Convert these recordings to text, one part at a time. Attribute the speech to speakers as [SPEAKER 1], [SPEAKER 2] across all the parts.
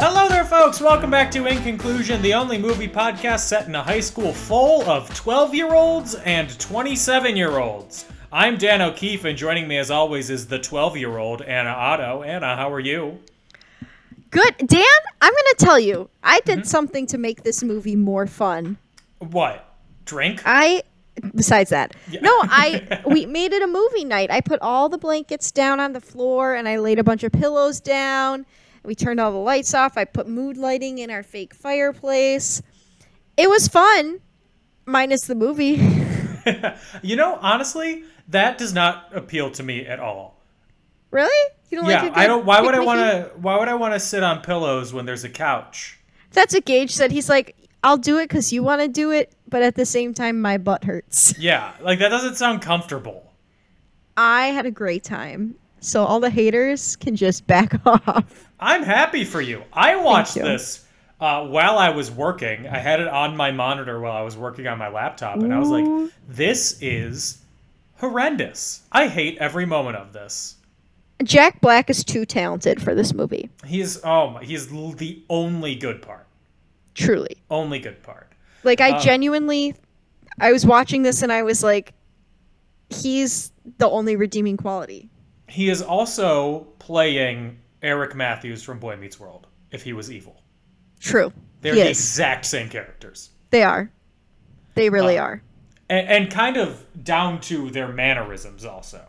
[SPEAKER 1] Hello there, folks. Welcome back to In Conclusion, the only movie podcast set in a high school full of 12 year olds and 27 year olds. I'm Dan O'Keefe, and joining me as always is the 12 year old Anna Otto. Anna, how are you?
[SPEAKER 2] Good. Dan, I'm going to tell you, I did
[SPEAKER 1] Mm-hmm.
[SPEAKER 2] something to make this movie more fun.
[SPEAKER 1] What? Drink?
[SPEAKER 2] I besides that. No, I we made it a movie night. I put all the blankets down on the floor and I laid a bunch of pillows down. We turned all the lights off. I put mood lighting in our fake fireplace. It was fun minus the movie.
[SPEAKER 1] You know, honestly, that does not appeal to me at all.
[SPEAKER 2] really? You don't
[SPEAKER 1] Yeah,
[SPEAKER 2] like it?
[SPEAKER 1] I don't. Why would I want to? Why would I want to sit on pillows when there's a couch?
[SPEAKER 2] That's what Gage said. He's like, "I'll do it cuz you want to do it, but at the same time my butt hurts."
[SPEAKER 1] Yeah, like that doesn't sound comfortable.
[SPEAKER 2] I had a great time. So all the haters can just back off.
[SPEAKER 1] I'm happy for you. I watched
[SPEAKER 2] you.
[SPEAKER 1] this uh, while I was working. I had it on my monitor while I was working on my laptop, and I was like, "This is horrendous. I hate every moment of this."
[SPEAKER 2] Jack Black is too talented for this movie.
[SPEAKER 1] He's oh, my, he's l- the only good part.
[SPEAKER 2] Truly.
[SPEAKER 1] Only good part.
[SPEAKER 2] Like
[SPEAKER 1] Uh.
[SPEAKER 2] I genuinely I was watching this and I was like he's the only redeeming quality.
[SPEAKER 1] He is also playing Eric Matthews from Boy Meets World. If he was evil,
[SPEAKER 2] True.
[SPEAKER 1] they're the
[SPEAKER 2] yes.
[SPEAKER 1] exact same characters.
[SPEAKER 2] They are. They
[SPEAKER 1] Uh.
[SPEAKER 2] really are.
[SPEAKER 1] and, and kind of down to their mannerisms also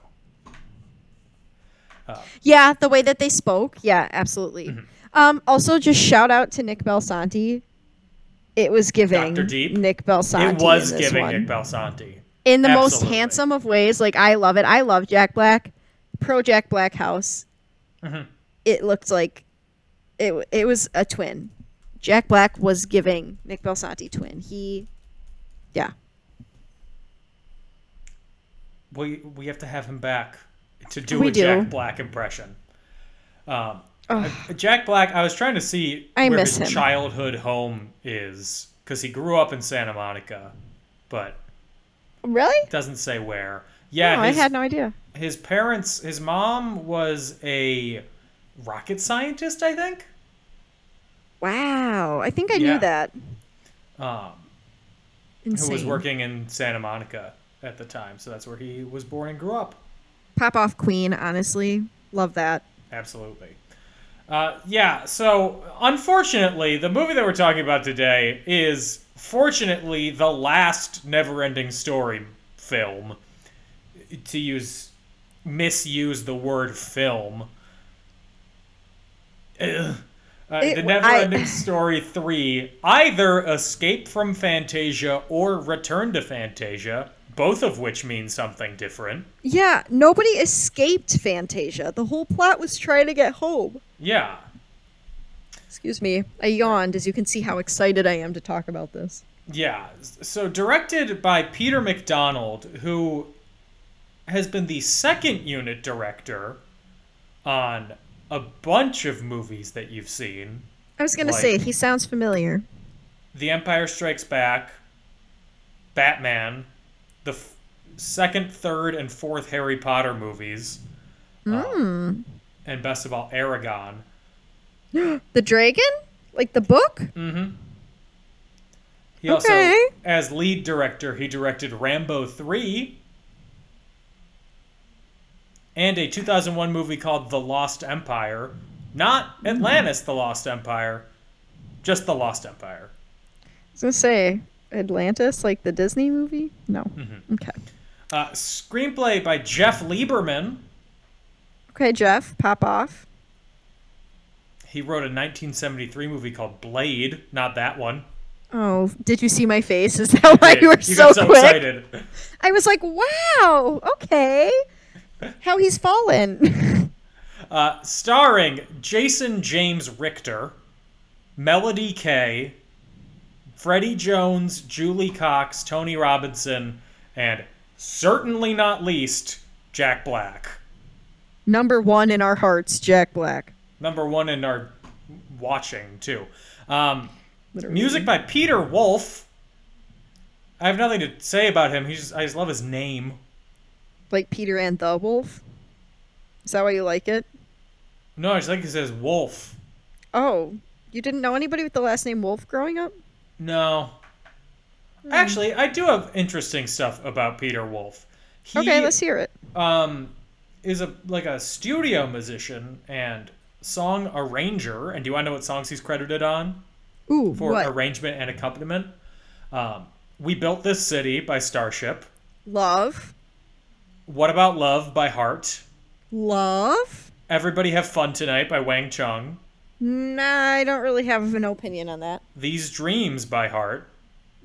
[SPEAKER 2] Yeah, the way that they spoke. Yeah, absolutely.
[SPEAKER 1] Mm-hmm.
[SPEAKER 2] Um also just shout out to Nick Belsanti. It was giving
[SPEAKER 1] Dr. Deep?
[SPEAKER 2] Nick Belsanti.
[SPEAKER 1] it was
[SPEAKER 2] in this
[SPEAKER 1] giving
[SPEAKER 2] one.
[SPEAKER 1] nick balsanti
[SPEAKER 2] in the most
[SPEAKER 1] Absolutely.
[SPEAKER 2] handsome of ways. Like I love it. I love Jack Black. Pro Jack Black house.
[SPEAKER 1] Mm-hmm.
[SPEAKER 2] It looked like it. It was a twin. Jack Black was giving Nick Belsanti twin. He, yeah.
[SPEAKER 1] we we have to have him back to do
[SPEAKER 2] We
[SPEAKER 1] a jack
[SPEAKER 2] do.
[SPEAKER 1] black impression um jack black i was trying to see
[SPEAKER 2] I
[SPEAKER 1] where
[SPEAKER 2] miss
[SPEAKER 1] his
[SPEAKER 2] him.
[SPEAKER 1] childhood home is because he grew up in santa monica but
[SPEAKER 2] Really?
[SPEAKER 1] doesn't say where yeah
[SPEAKER 2] No, Oh, I
[SPEAKER 1] his,
[SPEAKER 2] had no idea.
[SPEAKER 1] his parents his mom was a rocket scientist i think
[SPEAKER 2] Wow. I think I
[SPEAKER 1] Yeah.
[SPEAKER 2] knew that.
[SPEAKER 1] um who
[SPEAKER 2] Insane.
[SPEAKER 1] was working in Santa Monica at the time. So that's where he was born and grew up.
[SPEAKER 2] Pop off queen. Honestly, love that.
[SPEAKER 1] Absolutely. Uh, yeah, so unfortunately, the movie that we're talking about today is fortunately the last never ending story film. To use, misuse the word film. Ugh. Uh,
[SPEAKER 2] It-
[SPEAKER 1] the
[SPEAKER 2] I-
[SPEAKER 1] Never Ending Story 3, either Escape from Fantasia or Return to Fantasia, both of which mean something different.
[SPEAKER 2] Yeah. Nobody escaped Fantasia. The whole plot was trying to get home.
[SPEAKER 1] Yeah.
[SPEAKER 2] Excuse me. I yawned as you can see how excited I am to talk about this.
[SPEAKER 1] Yeah. So directed by Peter McDonald, who has been the second unit director on a bunch of movies that you've seen.
[SPEAKER 2] I was gonna
[SPEAKER 1] Like-
[SPEAKER 2] say he sounds familiar.
[SPEAKER 1] The Empire Strikes Back, Batman, the f- second, third, and fourth Harry Potter movies, um, and best of all, Aragon.
[SPEAKER 2] The dragon? Like the book?
[SPEAKER 1] Mm. He also,
[SPEAKER 2] Okay.
[SPEAKER 1] as lead director, he directed Rambo 3 and a 2001 movie called The Lost Empire. Not Atlantis, The Lost Empire, just The Lost Empire.
[SPEAKER 2] I was gonna say Atlantis, like the Disney movie? No.
[SPEAKER 1] Mm-hmm.
[SPEAKER 2] Okay.
[SPEAKER 1] Uh, screenplay by Jeff Lieberman.
[SPEAKER 2] Okay, Jeff, pop off.
[SPEAKER 1] He wrote a 1973 movie called Blade. Not that one.
[SPEAKER 2] Oh, did you see my face? Is that why you were so,
[SPEAKER 1] got so
[SPEAKER 2] quick?
[SPEAKER 1] excited.
[SPEAKER 2] I was like, wow, okay. How he's fallen.
[SPEAKER 1] Uh, starring Jason James Richter, Melody Kay, Freddie Jones, Julie Cox, Tony Robinson, and certainly not least, Jack Black.
[SPEAKER 2] Number one in our hearts, Jack Black.
[SPEAKER 1] Number one in our watching, too. Um, music by Peter Wolf. I have nothing to say about him. He's, I just love his name.
[SPEAKER 2] Like Peter and the Wolf. Is that why you like it?
[SPEAKER 1] No, I just think it says Wolf.
[SPEAKER 2] Oh, you didn't know anybody with the last name Wolf growing up?
[SPEAKER 1] No.
[SPEAKER 2] Hmm.
[SPEAKER 1] Actually, I do have interesting stuff about Peter Wolf. He,
[SPEAKER 2] Okay, let's hear it.
[SPEAKER 1] um, is a like a studio musician and song arranger. And do you want to know what songs he's credited on
[SPEAKER 2] Ooh,
[SPEAKER 1] for
[SPEAKER 2] what?
[SPEAKER 1] arrangement and accompaniment? Um, we built this city by Starship.
[SPEAKER 2] Love.
[SPEAKER 1] What about love by Heart?
[SPEAKER 2] Love?
[SPEAKER 1] Everybody have fun tonight by Wang Chung.
[SPEAKER 2] Nah, I don't really have an opinion on that.
[SPEAKER 1] These dreams by Heart.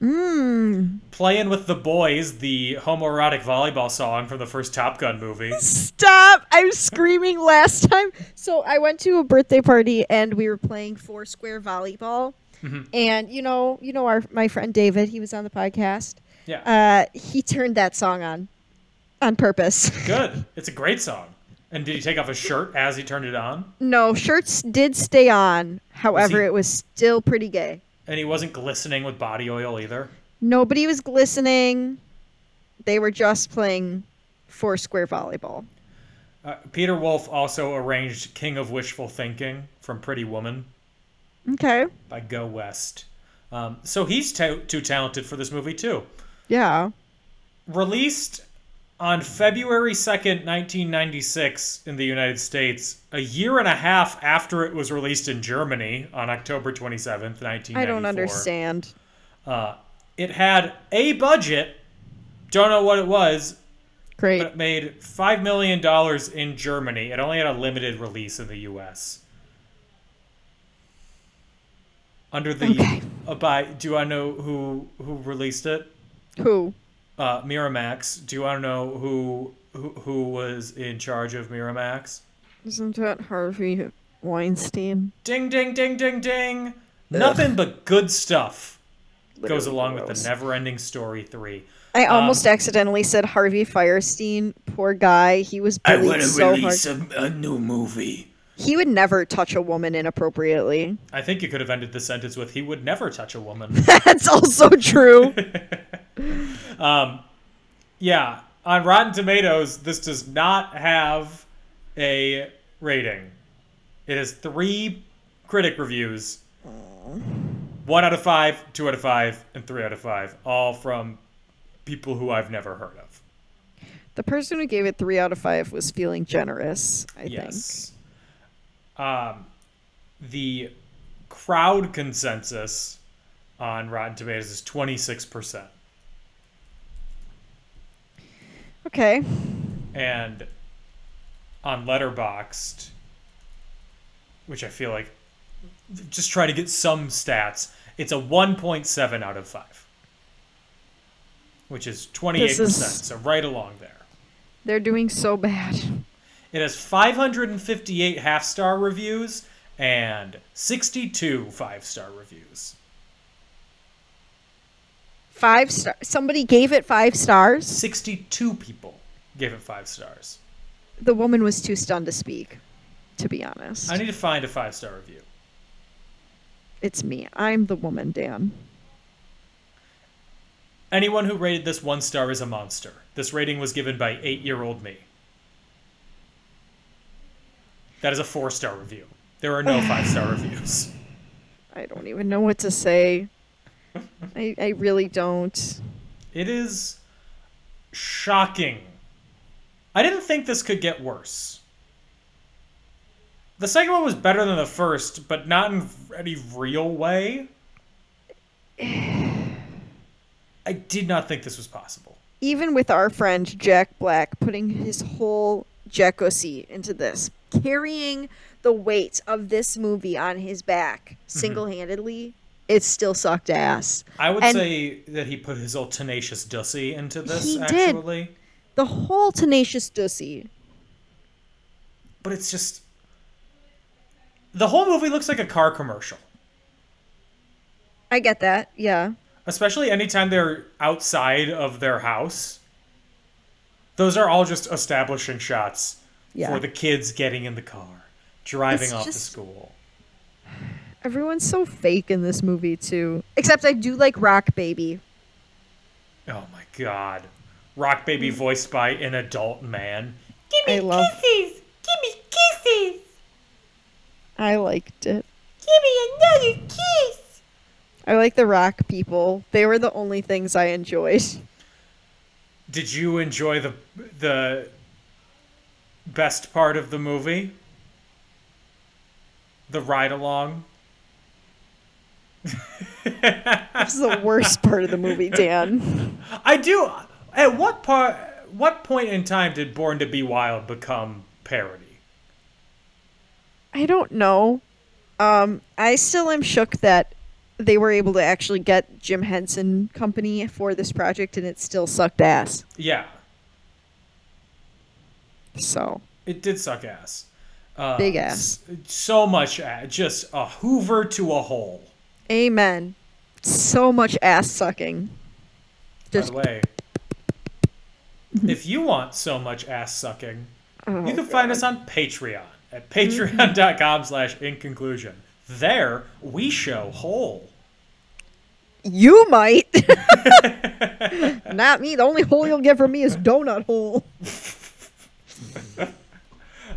[SPEAKER 2] Mmm.
[SPEAKER 1] Playing with the boys, the homoerotic volleyball song from the first Top Gun movie.
[SPEAKER 2] Stop! I was screaming last time. So I went to a birthday party and we were playing four square volleyball. And you know, you know our my friend David, he was on the podcast.
[SPEAKER 1] Yeah.
[SPEAKER 2] Uh, he turned that song on on purpose.
[SPEAKER 1] Good. It's a great song. And did he take off his shirt as he turned it on?
[SPEAKER 2] no, shirts did stay on. However,
[SPEAKER 1] he-
[SPEAKER 2] it was still pretty gay.
[SPEAKER 1] And he wasn't glistening with body oil either.
[SPEAKER 2] Nobody was glistening. They were just playing four square volleyball.
[SPEAKER 1] Uh, Peter Wolf also arranged King of Wishful Thinking from Pretty Woman
[SPEAKER 2] Okay.
[SPEAKER 1] by Go West. Um, so he's ta- too talented for this movie, too.
[SPEAKER 2] Yeah.
[SPEAKER 1] Released on February 2nd, 1996, in the United States, a year and a half after it was released in Germany on October 27th, 1994.
[SPEAKER 2] I don't understand.
[SPEAKER 1] It had a budget, don't know what it was,
[SPEAKER 2] Great.
[SPEAKER 1] but it made five million dollars in Germany. It only had a limited release in the U.S. Under the uh, by, do you want to know who who released it?
[SPEAKER 2] Who?
[SPEAKER 1] Uh, Miramax. Do you want to know who, who who was in charge of Miramax?
[SPEAKER 2] Isn't that Harvey Weinstein?
[SPEAKER 1] Ding ding ding ding ding. Nothing but good stuff goes along with the never-ending story three.
[SPEAKER 2] I almost accidentally said Harvey Firestein. Poor guy. He was bullied so hard.
[SPEAKER 3] a, a new movie.
[SPEAKER 2] He would never touch a woman inappropriately.
[SPEAKER 1] I think you could have ended the sentence with "He would never touch a woman."
[SPEAKER 2] That's also true.
[SPEAKER 1] Yeah, on Rotten Tomatoes, this does not have a rating. It has three critic reviews one out of five, two out of five, and three out of five, all from people who I've never heard of.
[SPEAKER 2] the person who gave it three out of five was feeling generous. I think.
[SPEAKER 1] Yes. Um, the crowd consensus on Rotten Tomatoes is 26%.
[SPEAKER 2] Okay.
[SPEAKER 1] and on Letterboxd, which I feel like just trying to get some stats, it's a 1.7 out of 5, which is 28%,
[SPEAKER 2] is-
[SPEAKER 1] so right along there.
[SPEAKER 2] They're doing so bad.
[SPEAKER 1] It has 558 half star reviews and 62 five star reviews.
[SPEAKER 2] Five star. Somebody gave it five stars.
[SPEAKER 1] 62 people gave it five stars.
[SPEAKER 2] The woman was too stunned to speak. To be honest,
[SPEAKER 1] I need to find a five star review.
[SPEAKER 2] it's me. I'm the woman, Dan.
[SPEAKER 1] Anyone who rated this one star is a monster. This rating was given by eight year old me. That is a four star review. There are no five star reviews.
[SPEAKER 2] I don't even know what to say. I, I really don't.
[SPEAKER 1] It is shocking. I didn't think this could get worse. The second one was better than the first, but not in any real way. I did not think this was possible.
[SPEAKER 2] Even with our friend Jack Black putting his whole Jackossy into this, carrying the weight of this movie on his back single handedly, it still sucked ass.
[SPEAKER 1] I would
[SPEAKER 2] And-
[SPEAKER 1] say that he put his old tenacious dussy into this
[SPEAKER 2] He did.
[SPEAKER 1] actually,
[SPEAKER 2] The whole Tenacious Dussy.
[SPEAKER 1] but it's just the whole movie looks like a car commercial.
[SPEAKER 2] I get that. Yeah.
[SPEAKER 1] especially anytime they're outside of their house. Those are all just establishing shots
[SPEAKER 2] Yeah.
[SPEAKER 1] for the kids getting in the car, driving
[SPEAKER 2] It's
[SPEAKER 1] off to
[SPEAKER 2] just-
[SPEAKER 1] school.
[SPEAKER 2] Everyone's so fake in this movie too. Except I do like Rock Baby.
[SPEAKER 1] Oh my god. Rock Baby
[SPEAKER 2] Mm.
[SPEAKER 1] voiced by an adult man.
[SPEAKER 2] I love. Kisses. Give me kisses. I liked it. Give me another kiss. I like the rock people. They were the only things I enjoyed.
[SPEAKER 1] Did you enjoy the the best part of the movie? The ride along?
[SPEAKER 2] This is the worst part of the movie, Dan.
[SPEAKER 1] I do. At what part? What point in time did Born to Be Wild become parody?
[SPEAKER 2] I don't know. Um, I still am shook that they were able to actually get Jim Henson Company for this project, and it still sucked ass.
[SPEAKER 1] Yeah,
[SPEAKER 2] So
[SPEAKER 1] it did suck ass. Uh,
[SPEAKER 2] big ass.
[SPEAKER 1] s- So much ass. Just a Hoover to a hole.
[SPEAKER 2] Amen. So much ass sucking.
[SPEAKER 1] By the way,
[SPEAKER 2] Mm-hmm.
[SPEAKER 1] if you want so much ass sucking,
[SPEAKER 2] Oh,
[SPEAKER 1] you can find us on Patreon at
[SPEAKER 2] Mm-hmm.
[SPEAKER 1] patreon.com slash in conclusion. There, we show whole.
[SPEAKER 2] You might. Not me. The only hole you'll get from me is donut hole.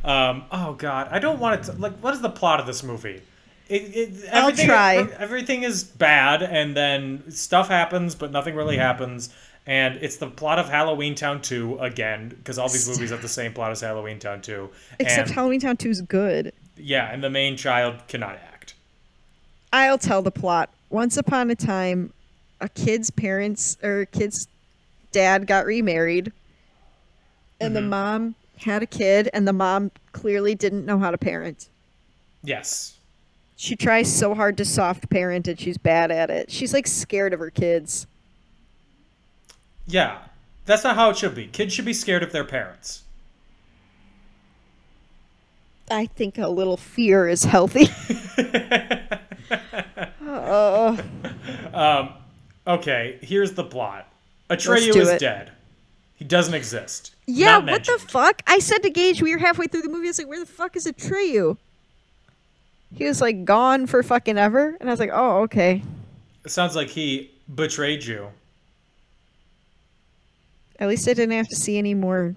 [SPEAKER 1] Um, oh god, I don't want it. To, like, what is the plot of this movie? It, it,
[SPEAKER 2] I'll
[SPEAKER 1] everything-
[SPEAKER 2] try.
[SPEAKER 1] Everything is bad, and then stuff happens, but nothing
[SPEAKER 2] Mm-hmm.
[SPEAKER 1] really happens. And it's the plot of Halloween Town 2 again, because all these movies have the same plot as Halloween Town 2.
[SPEAKER 2] Except
[SPEAKER 1] and,
[SPEAKER 2] Halloween Town 2 is good.
[SPEAKER 1] yeah, and the main child cannot act.
[SPEAKER 2] I'll tell the plot. Once upon a time, a kid's parents or kid's dad got remarried, and the mom had a kid, and the mom clearly didn't know how to parent.
[SPEAKER 1] Yes.
[SPEAKER 2] She tries so hard to soft parent, and she's bad at it. She's like scared of her kids.
[SPEAKER 1] Yeah. That's not how it should be. Kids should be scared of their parents.
[SPEAKER 2] I think a little fear is healthy. oh,
[SPEAKER 1] Okay, here's the plot
[SPEAKER 2] Let's
[SPEAKER 1] Atreyu
[SPEAKER 2] do
[SPEAKER 1] is
[SPEAKER 2] it.
[SPEAKER 1] dead, he doesn't exist.
[SPEAKER 2] yeah,
[SPEAKER 1] Not
[SPEAKER 2] what the
[SPEAKER 1] mentioned.
[SPEAKER 2] fuck? I said to Gage, we were halfway through the movie. I was like, where the fuck is Atreyu? He was like gone for fucking ever, and I was like, oh, okay.
[SPEAKER 1] It sounds like he betrayed you.
[SPEAKER 2] At least I didn't have to see any more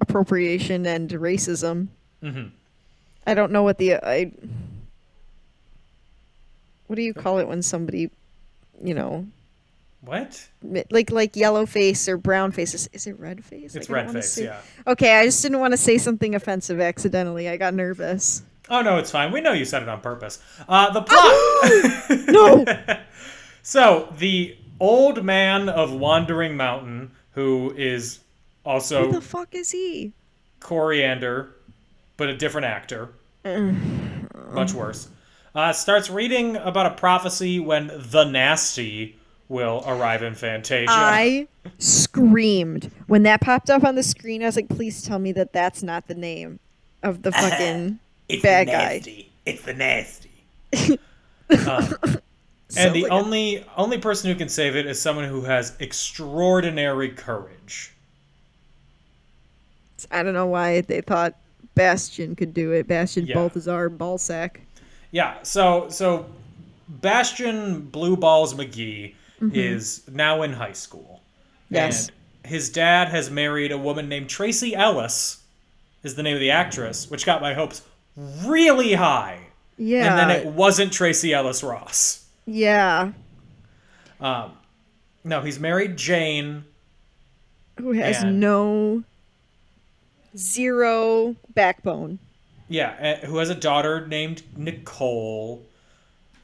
[SPEAKER 2] appropriation and racism. Mm-hmm. I don't know what the uh, I. What do you call it when somebody, you know,
[SPEAKER 1] What?
[SPEAKER 2] mi- like like yellow face or brown face? Is, is it red face?
[SPEAKER 1] It's
[SPEAKER 2] Like, I don't
[SPEAKER 1] red
[SPEAKER 2] wanna
[SPEAKER 1] face,
[SPEAKER 2] say-
[SPEAKER 1] yeah.
[SPEAKER 2] Okay, I just didn't want to say something offensive accidentally. I got nervous.
[SPEAKER 1] Oh no, it's fine. We know you said it on purpose. Uh, the plot.
[SPEAKER 2] No.
[SPEAKER 1] so the old man of Wandering Mountain, who is
[SPEAKER 2] Who
[SPEAKER 1] also
[SPEAKER 2] the fuck is he?
[SPEAKER 1] Coriander, but a different actor, much worse, uh, starts reading about a prophecy when the nasty will arrive in Fantasia.
[SPEAKER 2] I screamed when that popped up on the screen. I was like, please tell me that that's not the name of the fucking
[SPEAKER 3] It's
[SPEAKER 2] bad
[SPEAKER 3] the
[SPEAKER 2] guy.
[SPEAKER 3] nasty. It's the nasty.
[SPEAKER 1] and the
[SPEAKER 2] like a-
[SPEAKER 1] only only person who can save it is someone who has extraordinary courage.
[SPEAKER 2] I don't know why they thought Bastion could do it. Bastion
[SPEAKER 1] Yeah.
[SPEAKER 2] Balthazar Ballsack.
[SPEAKER 1] Yeah, so so Bastion Blue Balls McGee is now in high school.
[SPEAKER 2] Yes.
[SPEAKER 1] And his dad has married a woman named Tracy Ellis, is the name of the actress, which got my hopes really high.
[SPEAKER 2] Yeah.
[SPEAKER 1] And then it wasn't Tracy Ellis Ross. Um,
[SPEAKER 2] yeah.
[SPEAKER 1] No, he's married Jane.
[SPEAKER 2] Who has
[SPEAKER 1] and-
[SPEAKER 2] no zero backbone.
[SPEAKER 1] Yeah, eh, who has a daughter named Nicole,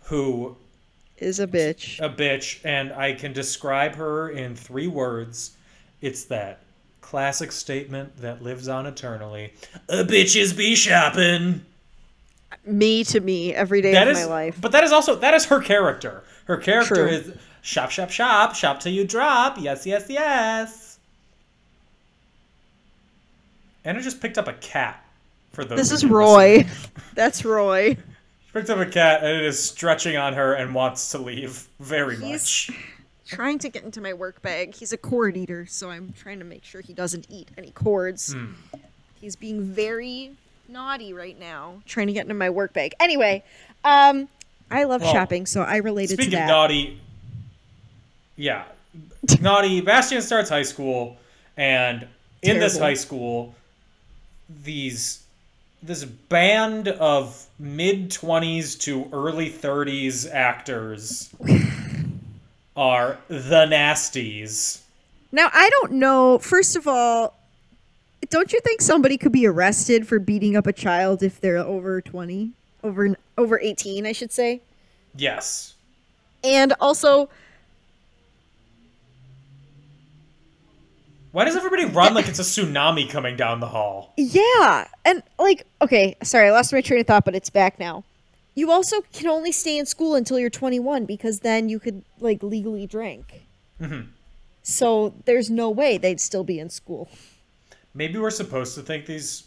[SPEAKER 1] who
[SPEAKER 2] Is a bitch.
[SPEAKER 1] a bitch, and I can describe her in three words. It's that classic statement that lives on eternally. A bitches be shopping.
[SPEAKER 2] me to me every day
[SPEAKER 1] That
[SPEAKER 2] of
[SPEAKER 1] is,
[SPEAKER 2] my life.
[SPEAKER 1] but that is also that is her character. Her character
[SPEAKER 2] True.
[SPEAKER 1] is shop, shop, shop, shop till you drop. Yes, yes, yes. And I just picked up a cat for the.
[SPEAKER 2] This is Roy. That's Roy.
[SPEAKER 1] picked up a cat and it is stretching on her and wants to leave very
[SPEAKER 2] He's-
[SPEAKER 1] much.
[SPEAKER 2] Trying to get into my work bag. He's a cord eater, so I'm trying to make sure he doesn't eat any cords.
[SPEAKER 1] Hmm.
[SPEAKER 2] He's being very naughty right now, trying to get into my work bag. Anyway, um, I love
[SPEAKER 1] Well,
[SPEAKER 2] shopping, so I related to
[SPEAKER 1] Speaking of
[SPEAKER 2] that.
[SPEAKER 1] naughty, yeah, naughty. Bastian starts high school, and in this
[SPEAKER 2] Terrible.
[SPEAKER 1] high school, these this band of mid twenties to early thirties actors are the nasties.
[SPEAKER 2] Now, I don't know. First of all, don't you think somebody could be arrested for beating up a child if they're over 20? Over over 18, I should say.
[SPEAKER 1] Yes,
[SPEAKER 2] And also,
[SPEAKER 1] why does everybody run like it's a tsunami coming down the hall?
[SPEAKER 2] yeah, and like okay, sorry, I lost my train of thought, but it's back now. You also can only stay in school until you're 21 because then you could like legally drink.
[SPEAKER 1] Mm-hmm.
[SPEAKER 2] So there's no way they'd still be in school.
[SPEAKER 1] Maybe we're supposed to think these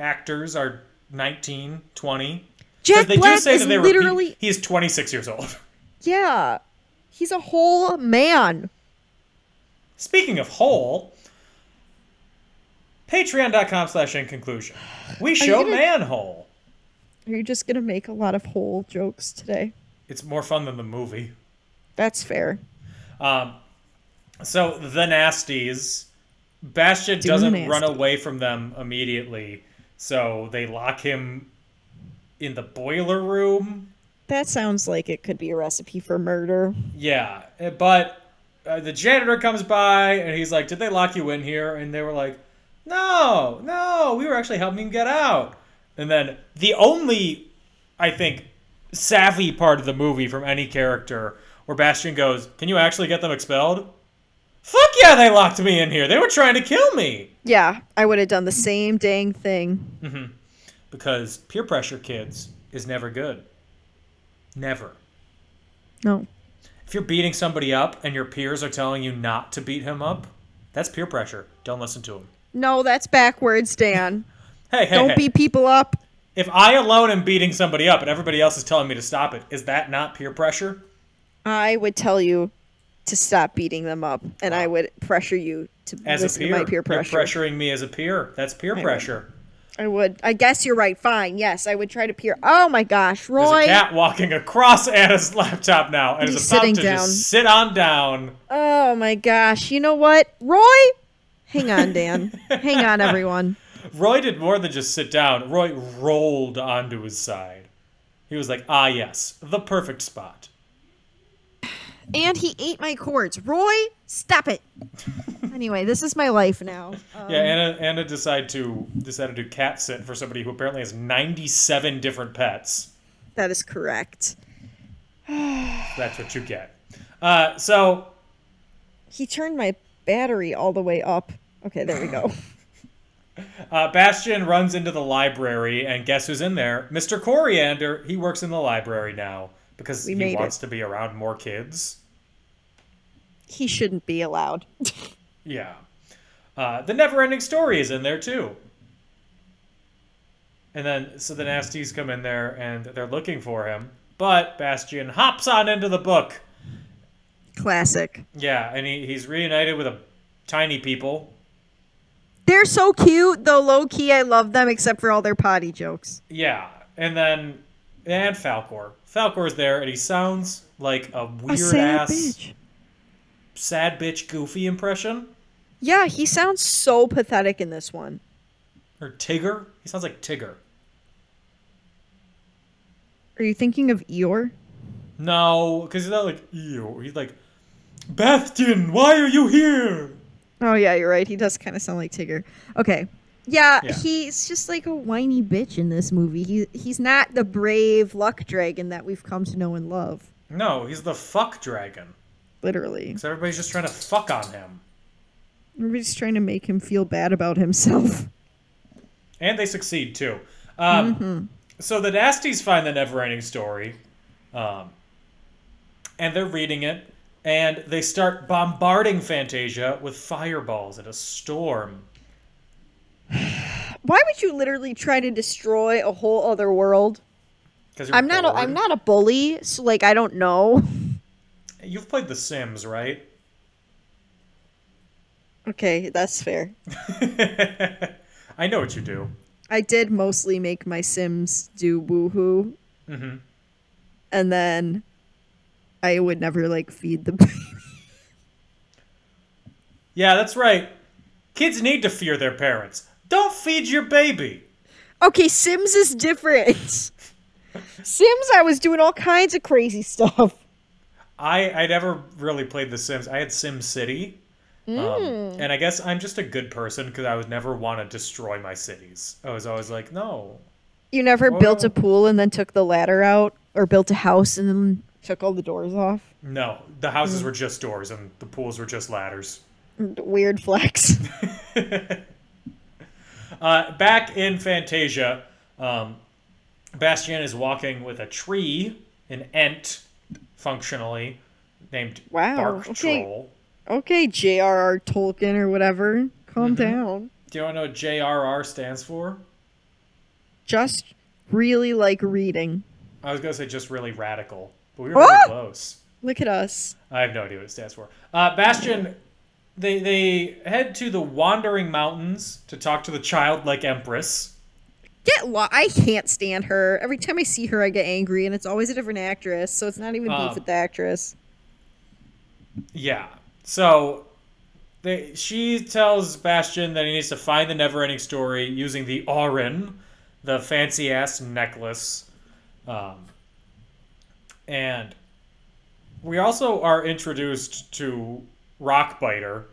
[SPEAKER 1] actors are 19, 20.
[SPEAKER 2] Jack
[SPEAKER 1] they
[SPEAKER 2] Black
[SPEAKER 1] do say
[SPEAKER 2] is
[SPEAKER 1] that they
[SPEAKER 2] literally
[SPEAKER 1] were. pe- He's 26 years old.
[SPEAKER 2] yeah. He's a whole man.
[SPEAKER 1] Speaking of whole, patreon.com slash in conclusion. We show
[SPEAKER 2] gonna-
[SPEAKER 1] manhole.
[SPEAKER 2] Are you just gonna make a lot of whole jokes today?
[SPEAKER 1] It's more fun than the movie.
[SPEAKER 2] That's fair.
[SPEAKER 1] Um, so the nasties, Bastion
[SPEAKER 2] Do the
[SPEAKER 1] doesn't
[SPEAKER 2] nasty.
[SPEAKER 1] run away from them immediately, so they lock him in the boiler room
[SPEAKER 2] That sounds like it could be a recipe for murder.
[SPEAKER 1] Yeah, eh, but uh, the janitor comes by and he's like, "Did they lock you in here?" And they were like, "No, no, we were actually helping him get out." And then the only, I think, savvy part of the movie from any character where Bastion goes, "Can you actually get them expelled?" Fuck yeah, they locked me in here. They were trying to kill me
[SPEAKER 2] Yeah, I would have done the same dang thing.
[SPEAKER 1] because peer pressure, kids, is never good. Never.
[SPEAKER 2] No.
[SPEAKER 1] If you're beating somebody up and your peers are telling you not to beat him up, that's peer pressure. Don't listen to him.
[SPEAKER 2] No, that's backwards, Dan.
[SPEAKER 1] Hey, hey, hey.
[SPEAKER 2] Don't beat people up.
[SPEAKER 1] if I alone am beating somebody up and everybody else is telling me to stop it, is that not peer pressure?
[SPEAKER 2] I would tell you to stop beating them up, and I would pressure you to
[SPEAKER 1] As
[SPEAKER 2] listen
[SPEAKER 1] a
[SPEAKER 2] to
[SPEAKER 1] peer,
[SPEAKER 2] my peer
[SPEAKER 1] You're
[SPEAKER 2] pressure.
[SPEAKER 1] pressuring me as a peer. That's peer pressure.
[SPEAKER 2] I would. I guess you're right. Fine. Yes, I would try to peer. Oh my gosh,
[SPEAKER 1] There's
[SPEAKER 2] Roy.
[SPEAKER 1] a cat walking across Anna's laptop now and
[SPEAKER 2] He's
[SPEAKER 1] is about
[SPEAKER 2] sitting
[SPEAKER 1] to
[SPEAKER 2] down.
[SPEAKER 1] just sit on down.
[SPEAKER 2] Oh my gosh. You know what, Roy? Hang on, Dan. Hang on, everyone.
[SPEAKER 1] Roy did more than just sit down. Roy rolled onto his side. He was like, ah, yes, the perfect spot.
[SPEAKER 2] And he ate my cords. Roy, stop it. anyway, this is my life now. Uh,
[SPEAKER 1] Yeah, Anna Anna decided to decided to cat sit for somebody who apparently has ninety seven different pets.
[SPEAKER 2] that is correct.
[SPEAKER 1] That's what you get. Uh, so
[SPEAKER 2] He turned my battery all the way up. Okay, there we go.
[SPEAKER 1] uh, Bastion runs into the library, and guess who's in there? Mr. Coriander. He works in the library now because
[SPEAKER 2] We made
[SPEAKER 1] he
[SPEAKER 2] it.
[SPEAKER 1] wants to be around more kids.
[SPEAKER 2] he shouldn't be allowed.
[SPEAKER 1] Yeah. Uh, the never ending story is in there too. And then, so
[SPEAKER 2] Hmm.
[SPEAKER 1] the nasties come in there and they're looking for him, but Bastion hops on into the book.
[SPEAKER 2] Classic.
[SPEAKER 1] Yeah, and he, he's reunited with a tiny people.
[SPEAKER 2] They're so cute, though low key, I love them except for all their potty jokes.
[SPEAKER 1] Yeah, and then and Falcor. Falcor's there, and he sounds like a weird ass sad bitch goofy impression
[SPEAKER 2] Yeah, he sounds so pathetic in this one.
[SPEAKER 1] or Tigger. He sounds like Tigger.
[SPEAKER 2] Are you thinking of Eeyore?
[SPEAKER 1] No, because he's not like ew. He's like Bastion. Why are you here?
[SPEAKER 2] Oh yeah, you're right. He does kind of sound like Tigger. Okay. Yeah,
[SPEAKER 1] Yeah.
[SPEAKER 2] he's just like a whiny bitch in this movie. He he's not the brave luck dragon that we've come to know and love,
[SPEAKER 1] No, he's the fuck dragon.
[SPEAKER 2] literally.
[SPEAKER 1] So everybody's just trying to fuck on him,
[SPEAKER 2] We're just trying to make him feel bad about himself.
[SPEAKER 1] and they succeed too. Um,
[SPEAKER 2] Mm-hmm.
[SPEAKER 1] So the nasties find the never-ending story, um, and they're reading it, and they start bombarding Fantasia with fireballs and a storm.
[SPEAKER 2] Why would you literally try to destroy a whole other world?
[SPEAKER 1] Because
[SPEAKER 2] I'm not. A, I'm not a bully, so like I don't know.
[SPEAKER 1] You've played The Sims, right?
[SPEAKER 2] Okay, that's fair.
[SPEAKER 1] I know what you do.
[SPEAKER 2] I did mostly make my Sims do woohoo, mm-hmm. and then I would never like feed the baby.
[SPEAKER 1] Yeah, that's right. Kids need to fear their parents. Don't feed your baby.
[SPEAKER 2] Okay, Sims is different. Sims, I was doing all kinds of crazy stuff.
[SPEAKER 1] I I never really played The Sims. I had Sim City,
[SPEAKER 2] Mm.
[SPEAKER 1] um, and I guess I'm just a good person because I would never want to destroy my cities. I was always like, no,
[SPEAKER 2] You never built
[SPEAKER 1] no.
[SPEAKER 2] a pool and then took the ladder out, or built a house and then took all the doors off.
[SPEAKER 1] no. The
[SPEAKER 2] Mm.
[SPEAKER 1] houses were just doors, and the pools were just ladders.
[SPEAKER 2] Weird flex.
[SPEAKER 1] Uh, back in Fantasia, um, Bastian is walking with a tree, an ent, functionally named
[SPEAKER 2] Wow,
[SPEAKER 1] Bark
[SPEAKER 2] okay.
[SPEAKER 1] Troll.
[SPEAKER 2] okay, J.R.R. Tolkien or whatever. Calm down.
[SPEAKER 1] Do you want to know what JRR stands for?
[SPEAKER 2] Just really like reading.
[SPEAKER 1] I was gonna say just really radical, but we were really
[SPEAKER 2] What?
[SPEAKER 1] close.
[SPEAKER 2] Look at us.
[SPEAKER 1] I have no idea what it stands for. Uh, Bastion, they they head to the Wandering Mountains to talk to the childlike Empress.
[SPEAKER 2] Get lo- I can't stand her. Every time I see her, I get angry, and it's always a different actress. So it's not even
[SPEAKER 1] Um,
[SPEAKER 2] beef with the actress.
[SPEAKER 1] Yeah, so they she tells Bastion that he needs to find the Neverending Story using the Auron, the fancy ass necklace, um, and we also are introduced to Rockbiter,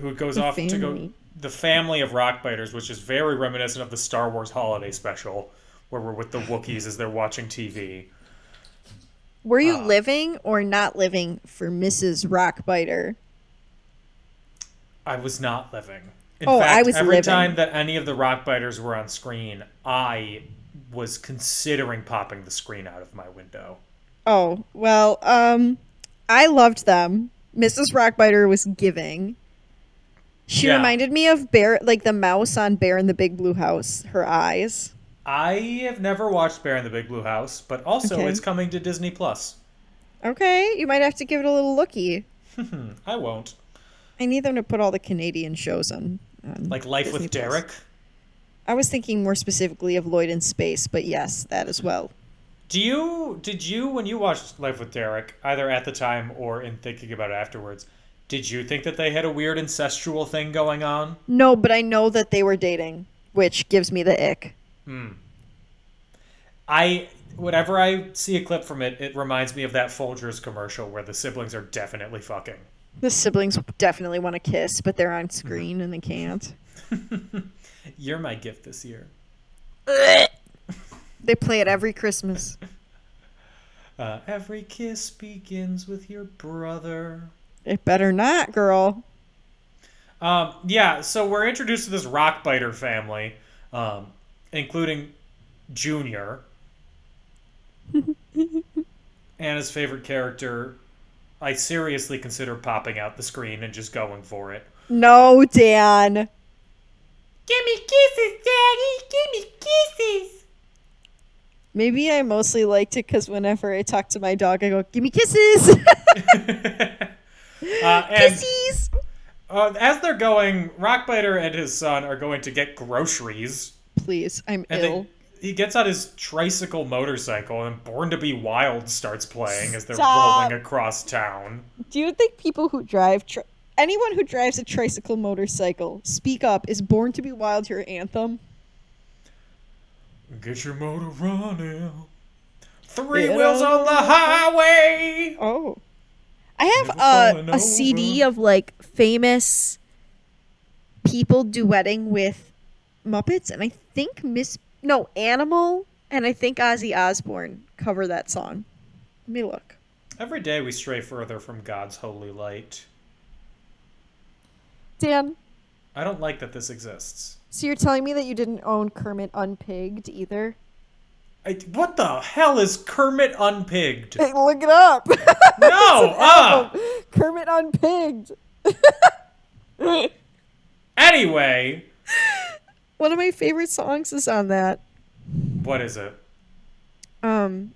[SPEAKER 1] who goes off to go
[SPEAKER 2] family.
[SPEAKER 1] the family of Rockbiters, which is very reminiscent of the Star Wars Holiday Special, where we're with the Wookiees as they're watching TV.
[SPEAKER 2] Were
[SPEAKER 1] uh,
[SPEAKER 2] you living or not living for Mrs. Rockbiter?
[SPEAKER 1] I was not living. In
[SPEAKER 2] Oh,
[SPEAKER 1] fact,
[SPEAKER 2] I was
[SPEAKER 1] every
[SPEAKER 2] living.
[SPEAKER 1] time that any of the rock biters were on screen, I was considering popping the screen out of my window.
[SPEAKER 2] Oh, well, um, I loved them. Mrs. Rockbiter was giving. She
[SPEAKER 1] Yeah.
[SPEAKER 2] reminded me of Bear, like the mouse on Bear in the Big Blue House, her eyes.
[SPEAKER 1] I have never watched Bear in the Big Blue House, but also
[SPEAKER 2] Okay.
[SPEAKER 1] it's coming to Disney Plus.
[SPEAKER 2] Okay, you might have to give it a little looky.
[SPEAKER 1] I won't.
[SPEAKER 2] I need them to put all the Canadian shows on. on
[SPEAKER 1] Like Life with
[SPEAKER 2] Disney Plus.
[SPEAKER 1] Derek.
[SPEAKER 2] I was thinking more specifically of Lloyd in Space, but yes, that as well.
[SPEAKER 1] Do you did you when you watched Life with Derek, either at the time or in thinking about it afterwards, did you think that they had a weird incestual thing going on?
[SPEAKER 2] No, but I know that they were dating, which gives me the ick.
[SPEAKER 1] I whenever I see a clip from it, it reminds me of that Folgers commercial where the siblings are definitely fucking.
[SPEAKER 2] The siblings definitely want to kiss, but they're on screen and they can't.
[SPEAKER 1] You're my gift this year.
[SPEAKER 2] They play it every Christmas.
[SPEAKER 1] Uh, every kiss begins with your brother.
[SPEAKER 2] It better not, girl.
[SPEAKER 1] Um, yeah, so we're introduced to this rock biter family, um, including Junior. Anna's favorite character. I seriously consider popping out the screen and just going for it.
[SPEAKER 2] No, Dan.
[SPEAKER 1] Give me kisses, Daddy! Give me kisses!
[SPEAKER 2] Maybe I mostly liked it because whenever I talk to my dog, I go, "Give me kisses,
[SPEAKER 1] Uh, and
[SPEAKER 2] kisses."
[SPEAKER 1] uh, as they're going, Rockbiter and his son are going to get groceries.
[SPEAKER 2] Please, I'm
[SPEAKER 1] And
[SPEAKER 2] ill.
[SPEAKER 1] they, he gets on his tricycle motorcycle, and Born to Be Wild starts playing as they're
[SPEAKER 2] Stop.
[SPEAKER 1] rolling across town.
[SPEAKER 2] Do you think people who drive, tri- anyone who drives a tricycle motorcycle, speak up? Is "Born to Be Wild" your anthem?
[SPEAKER 1] Get your motor running. Three
[SPEAKER 2] Get
[SPEAKER 1] wheels
[SPEAKER 2] on
[SPEAKER 1] on the highway.
[SPEAKER 2] Oh, I have
[SPEAKER 1] Never
[SPEAKER 2] a, a
[SPEAKER 1] falling
[SPEAKER 2] CD of like famous people duetting with Muppets, and I think Miss No Animal, and I think Ozzy Osbourne cover that song. Let me look.
[SPEAKER 1] Every day we stray further from God's holy light.
[SPEAKER 2] Dan,
[SPEAKER 1] I don't like that this exists.
[SPEAKER 2] so you're telling me that you didn't own Kermit Unpigged either?
[SPEAKER 1] I, what the hell is Kermit Unpigged? No!
[SPEAKER 2] look it up.
[SPEAKER 1] Ah!
[SPEAKER 2] Kermit Unpigged.
[SPEAKER 1] Anyway,
[SPEAKER 2] One of my favorite songs is on that.
[SPEAKER 1] What is it?
[SPEAKER 2] Um,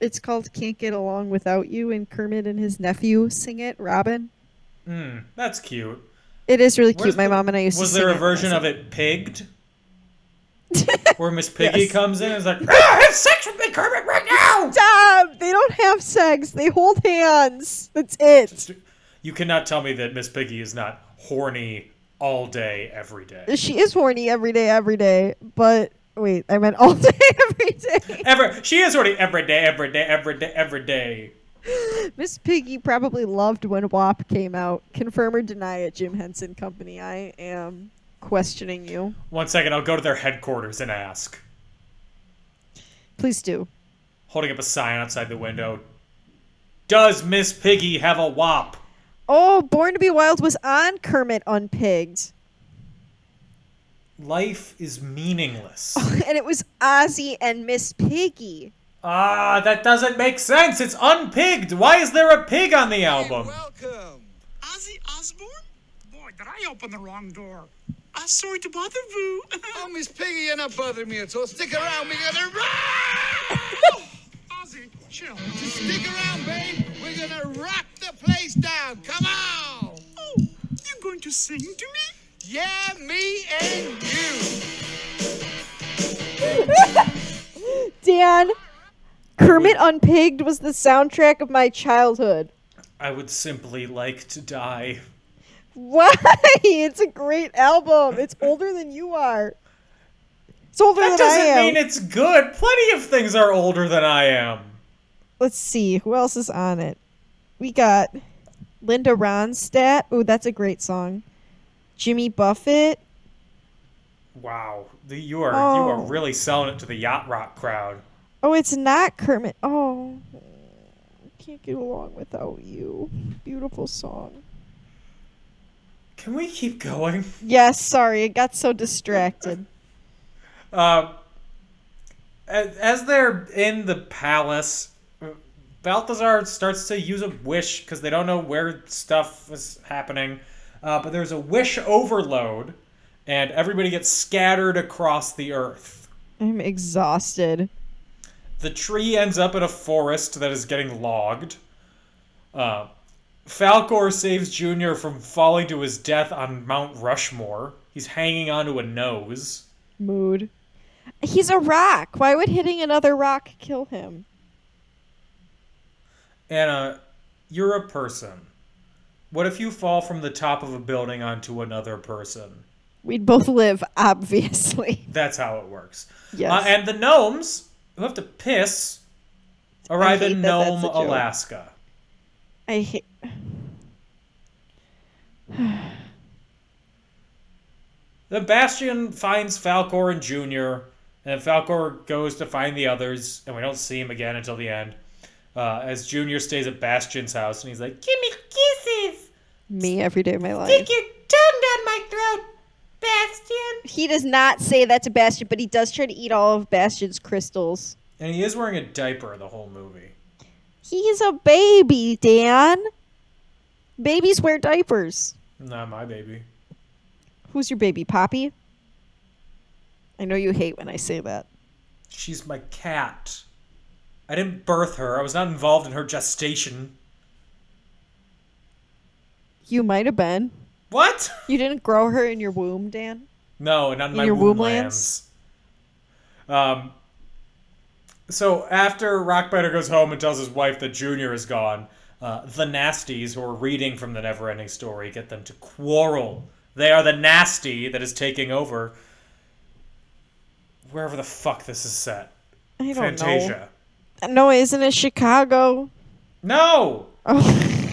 [SPEAKER 2] it's called "Can't Get Along Without You," and Kermit and his nephew sing it. Robin.
[SPEAKER 1] Mm, that's cute.
[SPEAKER 2] It is really
[SPEAKER 1] Where's
[SPEAKER 2] cute. My
[SPEAKER 1] the-
[SPEAKER 2] mom and I used to.
[SPEAKER 1] Was
[SPEAKER 2] sing
[SPEAKER 1] there a
[SPEAKER 2] it.
[SPEAKER 1] version of it pigged? Where Miss Piggy
[SPEAKER 2] Yes.
[SPEAKER 1] comes in and is like, "Ah, have sex with me, Kermit, right now!
[SPEAKER 2] Stop! They don't have sex. They hold hands. That's it.
[SPEAKER 1] You cannot tell me that Miss Piggy is not horny all day, every day.
[SPEAKER 2] She is horny every day, every day. But wait, I meant all day, every day.
[SPEAKER 1] Ever, she is horny every day, every day, every day, every day.
[SPEAKER 2] Miss Piggy probably loved when WAP came out. Confirm or deny it, Jim Henson Company. I am questioning you.
[SPEAKER 1] One second, I'll go to their headquarters and ask.
[SPEAKER 2] Please do.
[SPEAKER 1] Holding up a sign outside the window. Does Miss Piggy have a wop?
[SPEAKER 2] Oh, Born to Be Wild was on Kermit Unpigged.
[SPEAKER 1] Life is meaningless.
[SPEAKER 2] And it was Ozzy and Miss Piggy.
[SPEAKER 1] Ah, that doesn't make sense. It's unpigged. Why is there a pig on the album?
[SPEAKER 4] Welcome. Ozzy Osbourne? Boy, did I open the wrong door. I'm sorry to bother you. oh, Miss Piggy, you're not bothering me at all. Stick around, we gotta rock! Ozzy, chill. Just stick around, babe. We're gonna rock the place down. Come on! Oh, you going to sing to me? Yeah, me and you.
[SPEAKER 2] Dan, Kermit Unpigged was the soundtrack of my childhood.
[SPEAKER 1] I would simply like to die.
[SPEAKER 2] Why? It's a great album. It's older than you are. It's older
[SPEAKER 1] That
[SPEAKER 2] than I
[SPEAKER 1] doesn't
[SPEAKER 2] am.
[SPEAKER 1] mean it's good. Plenty of things are older than I am.
[SPEAKER 2] Let's see who else is on it. We got Linda Ronstadt. Ooh, that's a great song. Jimmy Buffett.
[SPEAKER 1] Wow, the- you are you
[SPEAKER 2] Oh.
[SPEAKER 1] are really selling it to the yacht rock crowd.
[SPEAKER 2] Oh, it's not Kermit. Oh, can't get along without you. Beautiful song.
[SPEAKER 1] Can we keep going?
[SPEAKER 2] Yes, sorry, I got so distracted.
[SPEAKER 1] Uh, as as they're in the palace, Balthazar starts to use a wish because they don't know where stuff is happening. Uh, but there's a wish overload, and everybody gets scattered across the earth.
[SPEAKER 2] I'm exhausted.
[SPEAKER 1] The tree ends up in a forest that is getting logged. Uh, Falcor saves Junior from falling to his death on Mount Rushmore. He's hanging onto a nose.
[SPEAKER 2] Mood. He's a rock. Why would hitting another rock kill him?
[SPEAKER 1] Anna, you're a person. What if you fall from the top of a building onto another person?
[SPEAKER 2] We'd both live, obviously.
[SPEAKER 1] That's how it works.
[SPEAKER 2] Yes.
[SPEAKER 1] Uh, and the gnomes who have to piss arrive
[SPEAKER 2] I hate
[SPEAKER 1] in
[SPEAKER 2] that that's
[SPEAKER 1] Nome,
[SPEAKER 2] a joke.
[SPEAKER 1] Alaska.
[SPEAKER 2] I hate.
[SPEAKER 1] The Bastion finds Falcor and Junior, and Falcor goes to find the others, and we don't see him again until the end. Uh, as Junior stays at Bastion's house, and he's like, "Give me kisses,
[SPEAKER 2] Me every day of my life.
[SPEAKER 1] stick your tongue down my throat, Bastion."
[SPEAKER 2] He does not say that to Bastion, but he does try to eat all of Bastion's crystals.
[SPEAKER 1] And he is wearing a diaper the whole movie.
[SPEAKER 2] He's a baby, Dan. Babies wear diapers.
[SPEAKER 1] Not my baby.
[SPEAKER 2] Who's your baby, Poppy? I know you hate when I say that.
[SPEAKER 1] She's my cat. I didn't birth her. I was not involved in her gestation.
[SPEAKER 2] You might have been.
[SPEAKER 1] What?
[SPEAKER 2] You didn't grow her in your womb, Dan.
[SPEAKER 1] No, not in, my
[SPEAKER 2] your
[SPEAKER 1] womb
[SPEAKER 2] womb lands?
[SPEAKER 1] lands. Um. So after Rockbiter goes home and tells his wife that Junior is gone, uh, the Nasties, who are reading from the Neverending Story, get them to quarrel. They are the nasty that is taking over. Wherever the fuck this is set,
[SPEAKER 2] I don't
[SPEAKER 1] Fantasia.
[SPEAKER 2] know. No, isn't it Chicago?
[SPEAKER 1] No,
[SPEAKER 2] Oh,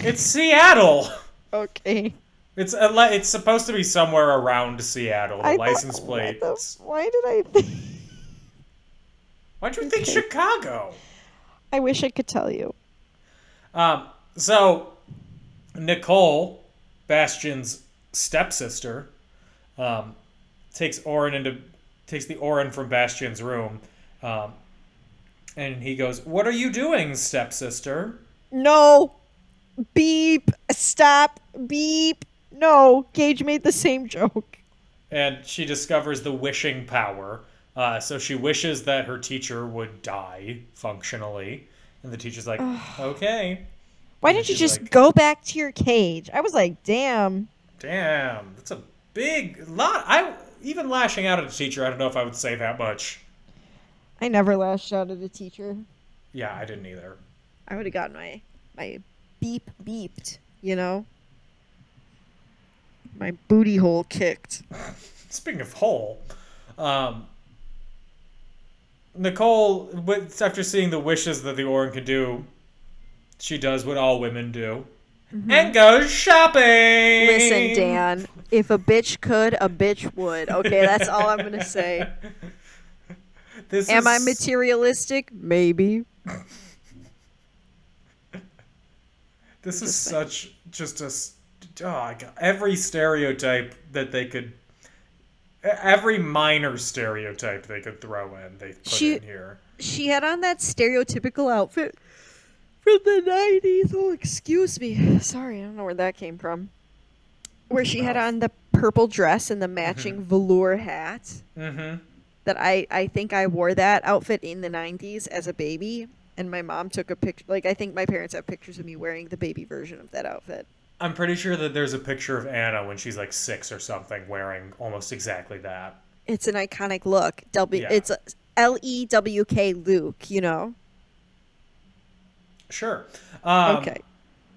[SPEAKER 1] it's Seattle.
[SPEAKER 2] okay.
[SPEAKER 1] It's a li- it's supposed to be somewhere around Seattle. The
[SPEAKER 2] I thought-
[SPEAKER 1] license
[SPEAKER 2] what
[SPEAKER 1] plate.
[SPEAKER 2] the- why did I think?
[SPEAKER 1] Why'd you think Chicago?
[SPEAKER 2] I wish I could tell you.
[SPEAKER 1] Um, so Nicole, Bastion's stepsister, um, takes Orin into takes the Orin from Bastion's room, um, and he goes, "What are you doing, stepsister?"
[SPEAKER 2] No. Beep. Stop. Beep. No. Gage made the same joke.
[SPEAKER 1] and she discovers the wishing power, Uh, so she wishes that her teacher would die functionally, and the teacher's like, "Okay,
[SPEAKER 2] Why didn't you
[SPEAKER 1] she's
[SPEAKER 2] just
[SPEAKER 1] like-
[SPEAKER 2] go back to your cage? I was like, damn.
[SPEAKER 1] damn, that's a big lot." I even lashing out at a teacher, I don't know if I would say that much.
[SPEAKER 2] I never lashed out at a teacher.
[SPEAKER 1] Yeah, I didn't either.
[SPEAKER 2] I would have gotten my my beep beeped, you know. My booty hole kicked.
[SPEAKER 1] Speaking of hole, um, Nicole, with- after seeing the wishes that the Orin can do, she does what all women do and goes shopping.
[SPEAKER 2] Mm-hmm. Listen, Dan, if a bitch could, a bitch would. Okay, that's all I'm gonna say.
[SPEAKER 1] This
[SPEAKER 2] Am I
[SPEAKER 1] is-
[SPEAKER 2] materialistic? Maybe.
[SPEAKER 1] This is such just a s- oh, I got- every stereotype that they could, e- every minor stereotype they could throw in. They put
[SPEAKER 2] She-
[SPEAKER 1] in here.
[SPEAKER 2] She had on that stereotypical outfit from the '90s. Oh, excuse me. Sorry, I don't know where that came from. Where she had on the purple dress and the matching velour hat.
[SPEAKER 1] Mm-hmm.
[SPEAKER 2] that I I think I wore that outfit in the 90s as a baby and my mom took a picture like I think my parents have pictures of me wearing the baby version of that outfit.
[SPEAKER 1] I'm pretty sure that there's a picture of Anna when she's like six or something wearing almost exactly that.
[SPEAKER 2] It's an iconic look. W
[SPEAKER 1] Yeah.
[SPEAKER 2] it's L E W K Luke, you know.
[SPEAKER 1] Sure. Um,
[SPEAKER 2] okay.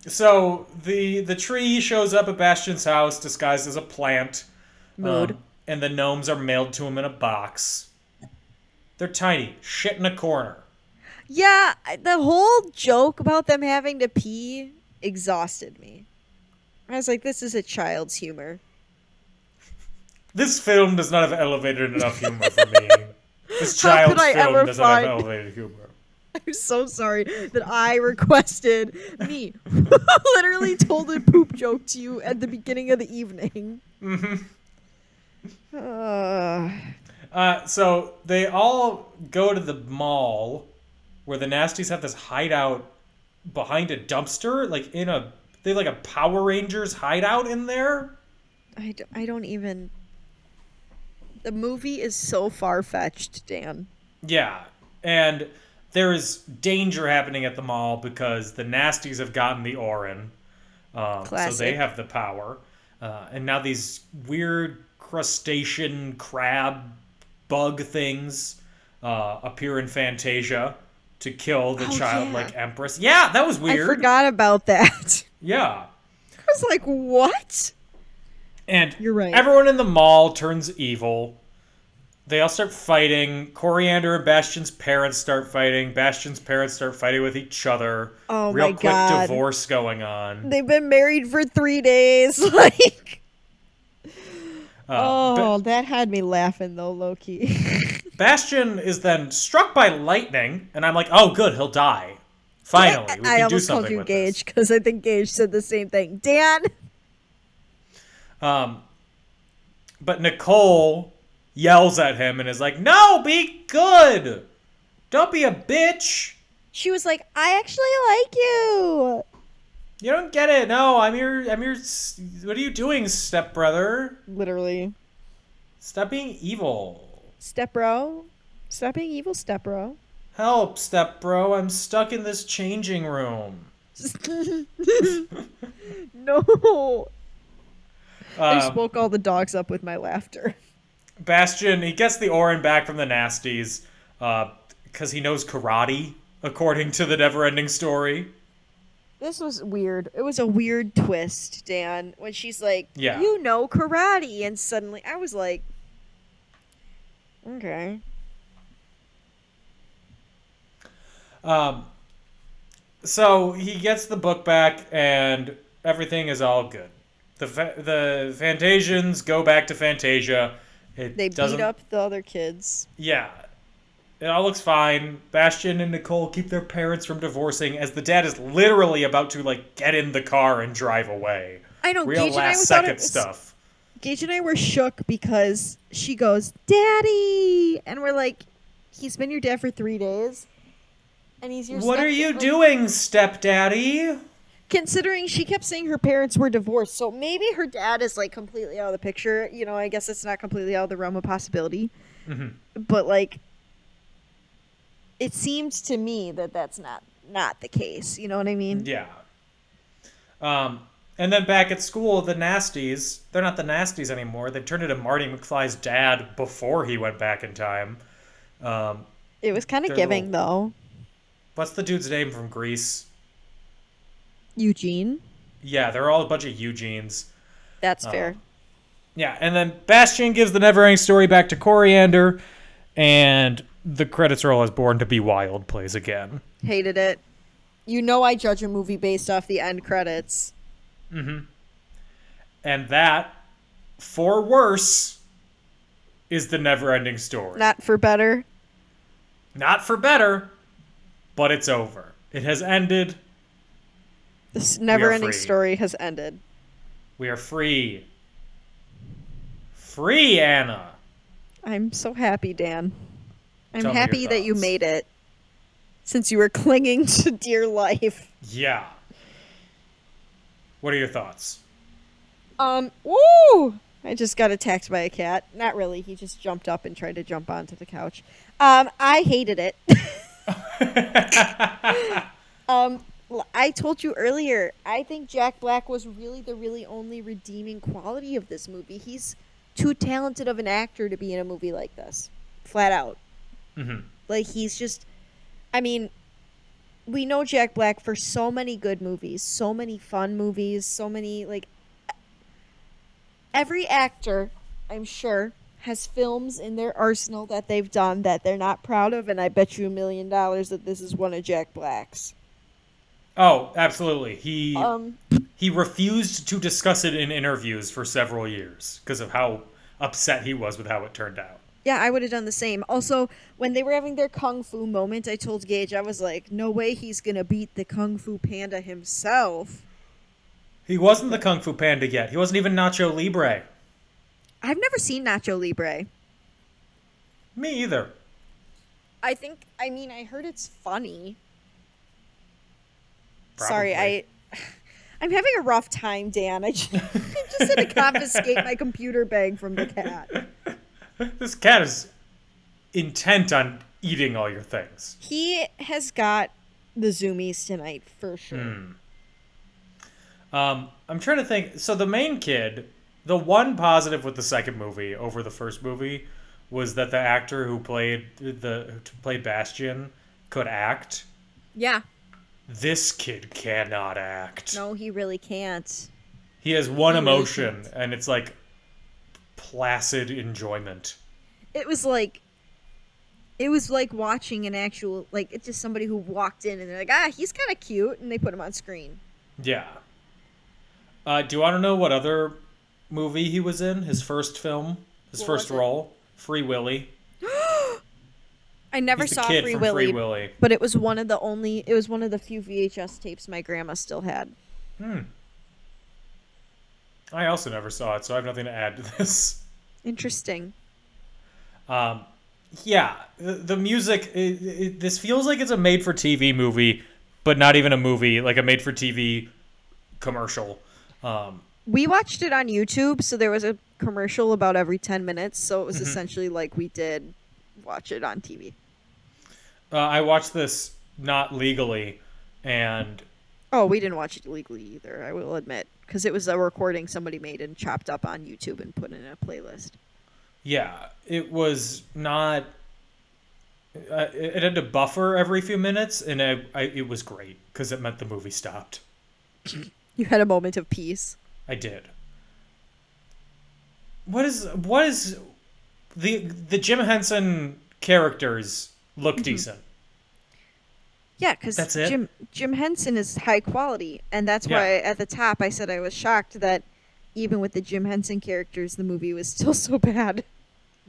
[SPEAKER 1] So the the tree shows up at Bastion's house disguised as a plant.
[SPEAKER 2] Mood.
[SPEAKER 1] um, and the gnomes are mailed to him in a box. They're tiny, shit in a corner.
[SPEAKER 2] yeah, I- the whole joke about them having to pee exhausted me. I was like this is a child's humor.
[SPEAKER 1] This film does not have elevated enough humor for me. This
[SPEAKER 2] How could
[SPEAKER 1] child's
[SPEAKER 2] I
[SPEAKER 1] film
[SPEAKER 2] ever
[SPEAKER 1] does
[SPEAKER 2] find-
[SPEAKER 1] not have elevated humor.
[SPEAKER 2] I'm so sorry that I requested me literally told a poop joke to you at the beginning of the evening. Mm-hmm.
[SPEAKER 1] Uh, so they all go to the mall where the nasties have this hideout behind a dumpster, like in a they have like a Power Rangers hideout in there.
[SPEAKER 2] I, d- I don't even. The movie is so far fetched, Dan.
[SPEAKER 1] Yeah. And there is danger happening at the mall because the nasties have gotten the Orin. Um, so they
[SPEAKER 2] Classic.
[SPEAKER 1] have the power. Uh, and now these weird crustacean crab bug things uh, appear in Fantasia to kill the
[SPEAKER 2] Oh,
[SPEAKER 1] childlike empress. Yeah, that was weird.
[SPEAKER 2] I forgot about that.
[SPEAKER 1] Yeah.
[SPEAKER 2] I was like, what?
[SPEAKER 1] And
[SPEAKER 2] You're right.
[SPEAKER 1] everyone in the mall turns evil. They all start fighting. Coriander and Bastion's parents start fighting. Bastion's parents start fighting with each other.
[SPEAKER 2] Oh
[SPEAKER 1] Real
[SPEAKER 2] my
[SPEAKER 1] quick
[SPEAKER 2] God.
[SPEAKER 1] divorce going on.
[SPEAKER 2] They've been married for three days. Like,
[SPEAKER 1] Uh,
[SPEAKER 2] oh, that had me laughing though, Loki.
[SPEAKER 1] Ba- Bastion is then struck by lightning, and I'm like, oh, good, he'll die. Finally, we
[SPEAKER 2] I
[SPEAKER 1] can do
[SPEAKER 2] almost called
[SPEAKER 1] something
[SPEAKER 2] you
[SPEAKER 1] with
[SPEAKER 2] Gage because I think Gage said the same thing. Dan,
[SPEAKER 1] this. Um, but Nicole yells at him and is like, no, be good. Don't be a bitch.
[SPEAKER 2] she was like, I actually like you.
[SPEAKER 1] You don't get it. No, I'm your, I'm your. s- What are you doing, stepbrother?
[SPEAKER 2] literally.
[SPEAKER 1] Stop being evil.
[SPEAKER 2] Stepbro. Stop being evil, Stepbro.
[SPEAKER 1] Help, stepbro. I'm stuck in this changing room.
[SPEAKER 2] no. I
[SPEAKER 1] Uh,
[SPEAKER 2] just woke all the dogs up with my laughter.
[SPEAKER 1] Bastion, he gets the Orin back from the Nasties, because he knows karate, according to the never-ending story.
[SPEAKER 2] This was weird. It was a weird twist, Dan, when she's like,
[SPEAKER 1] Yeah.
[SPEAKER 2] you know karate. And suddenly I was like, okay.
[SPEAKER 1] Um, so he gets the book back, and everything is all good. The fa- the Fantasians go back to Fantasia. It
[SPEAKER 2] They
[SPEAKER 1] doesn't
[SPEAKER 2] beat up the other kids.
[SPEAKER 1] Yeah. It all looks fine. Bastion and Nicole keep their parents from divorcing as the dad is literally about to like get in the car and drive away.
[SPEAKER 2] I know
[SPEAKER 1] Real
[SPEAKER 2] Gage and Oh, I
[SPEAKER 1] last
[SPEAKER 2] was on
[SPEAKER 1] second
[SPEAKER 2] it-
[SPEAKER 1] stuff.
[SPEAKER 2] Gage and I were shook because she goes, Daddy! And we're like, he's been your dad for three days. And he's your
[SPEAKER 1] What are
[SPEAKER 2] stepdad."
[SPEAKER 1] you
[SPEAKER 2] Like,
[SPEAKER 1] doing, stepdaddy?
[SPEAKER 2] Considering she kept saying her parents were divorced, so maybe her dad is like completely out of the picture. You know, I guess it's not completely out of the realm of possibility. But like, it seems to me that that's not not the case. You know what I mean?
[SPEAKER 1] Yeah. Um, and then back at school, the Nasties, they're not the Nasties anymore. They've turned into Marty McFly's dad before he went back in time. Um,
[SPEAKER 2] It was kind of
[SPEAKER 1] They're
[SPEAKER 2] giving though.
[SPEAKER 1] what's the dude's name from Greece?
[SPEAKER 2] Eugene,
[SPEAKER 1] Yeah, they're all a bunch of Eugenes.
[SPEAKER 2] that's fair.
[SPEAKER 1] Yeah, and then Bastion gives the Neverending Story back to Coriander, and the credits roll as Born to Be Wild plays again.
[SPEAKER 2] Hated it. You know, I judge a movie based off the end credits.
[SPEAKER 1] And that, for worse, is the Neverending Story.
[SPEAKER 2] Not for better.
[SPEAKER 1] Not for better, but it's over. It has ended.
[SPEAKER 2] This never-ending
[SPEAKER 1] free.
[SPEAKER 2] story has ended.
[SPEAKER 1] We are free. Free, Anna.
[SPEAKER 2] I'm so happy, Dan. I'm
[SPEAKER 1] Tell me your
[SPEAKER 2] happy that you
[SPEAKER 1] thoughts.
[SPEAKER 2] made it. Since you were clinging to dear life.
[SPEAKER 1] Yeah. What are your thoughts?
[SPEAKER 2] Um, woo! I just got attacked by a cat. Not really. He just jumped up and tried to jump onto the couch. Um, I hated it. um, l- I told you earlier, I think Jack Black was really the really only redeeming quality of this movie. He's too talented of an actor to be in a movie like this, flat out. Like, he's just, I mean, we know Jack Black for so many good movies, so many fun movies, so many, like, every actor, I'm sure, has films in their arsenal that they've done that they're not proud of, and I bet you a million dollars that this is one of Jack Black's.
[SPEAKER 1] Oh, absolutely. He
[SPEAKER 2] Um,
[SPEAKER 1] he refused to discuss it in interviews for several years because of how upset he was with how it turned out.
[SPEAKER 2] yeah, I would have done the same. Also, when they were having their kung fu moment, I told Gage, I was like, no way he's gonna beat the kung fu panda himself.
[SPEAKER 1] He wasn't the Kung Fu Panda yet. He wasn't even Nacho Libre.
[SPEAKER 2] I've never seen Nacho Libre.
[SPEAKER 1] Me either.
[SPEAKER 2] I think, I mean, I heard it's funny. Sorry, I.
[SPEAKER 1] Probably.
[SPEAKER 2] I'm having a rough time, Dan. I just, I just had to confiscate my computer bag from the cat.
[SPEAKER 1] This cat is intent on eating all your things.
[SPEAKER 2] He has got the zoomies tonight for sure.
[SPEAKER 1] Um, I'm trying to think. So the main kid, the one positive with the second movie over the first movie was that the actor who played the who played Bastion could act.
[SPEAKER 2] Yeah.
[SPEAKER 1] This kid cannot act.
[SPEAKER 2] No, he really can't.
[SPEAKER 1] He has one emotion, and it's like placid enjoyment.
[SPEAKER 2] It was like it was like watching an actual like it's just somebody who walked in and they're like, "Ah, he's kind of cute." And they put him on screen.
[SPEAKER 1] Yeah. Uh, do you want to know what other movie he was in? His first film, his first
[SPEAKER 2] was it?
[SPEAKER 1] role, Free Willy.
[SPEAKER 2] I never
[SPEAKER 1] He's the
[SPEAKER 2] saw
[SPEAKER 1] kid
[SPEAKER 2] Free
[SPEAKER 1] from
[SPEAKER 2] Willy,
[SPEAKER 1] Free Willy.
[SPEAKER 2] but it was one of the only it was one of the few VHS tapes my grandma still had.
[SPEAKER 1] I also never saw it, so I have nothing to add to this.
[SPEAKER 2] Interesting.
[SPEAKER 1] Um, yeah, the, the music. i i this feels like it's a made-for-TV movie, but not even a movie, like a made-for-TV commercial. Um,
[SPEAKER 2] We watched it on YouTube, so there was a commercial about every 10 minutes, so
[SPEAKER 1] Mm-hmm.
[SPEAKER 2] it was essentially like we did watch it on TV.
[SPEAKER 1] uh, I watched this not legally, and
[SPEAKER 2] Oh, we didn't watch it illegally either, I will admit. Because it was a recording somebody made and chopped up on YouTube and put in a playlist.
[SPEAKER 1] yeah, it was not. Uh, it it had to buffer every few minutes, and I, I, it was great because it meant the movie stopped.
[SPEAKER 2] You had a moment of peace.
[SPEAKER 1] I did. What is what is the the Jim Henson characters look decent?
[SPEAKER 2] Yeah, because
[SPEAKER 1] That's it?
[SPEAKER 2] Jim, Jim Henson is high quality. And that's
[SPEAKER 1] Yeah.
[SPEAKER 2] why at the top I said I was shocked that even with the Jim Henson characters, the movie was still so bad.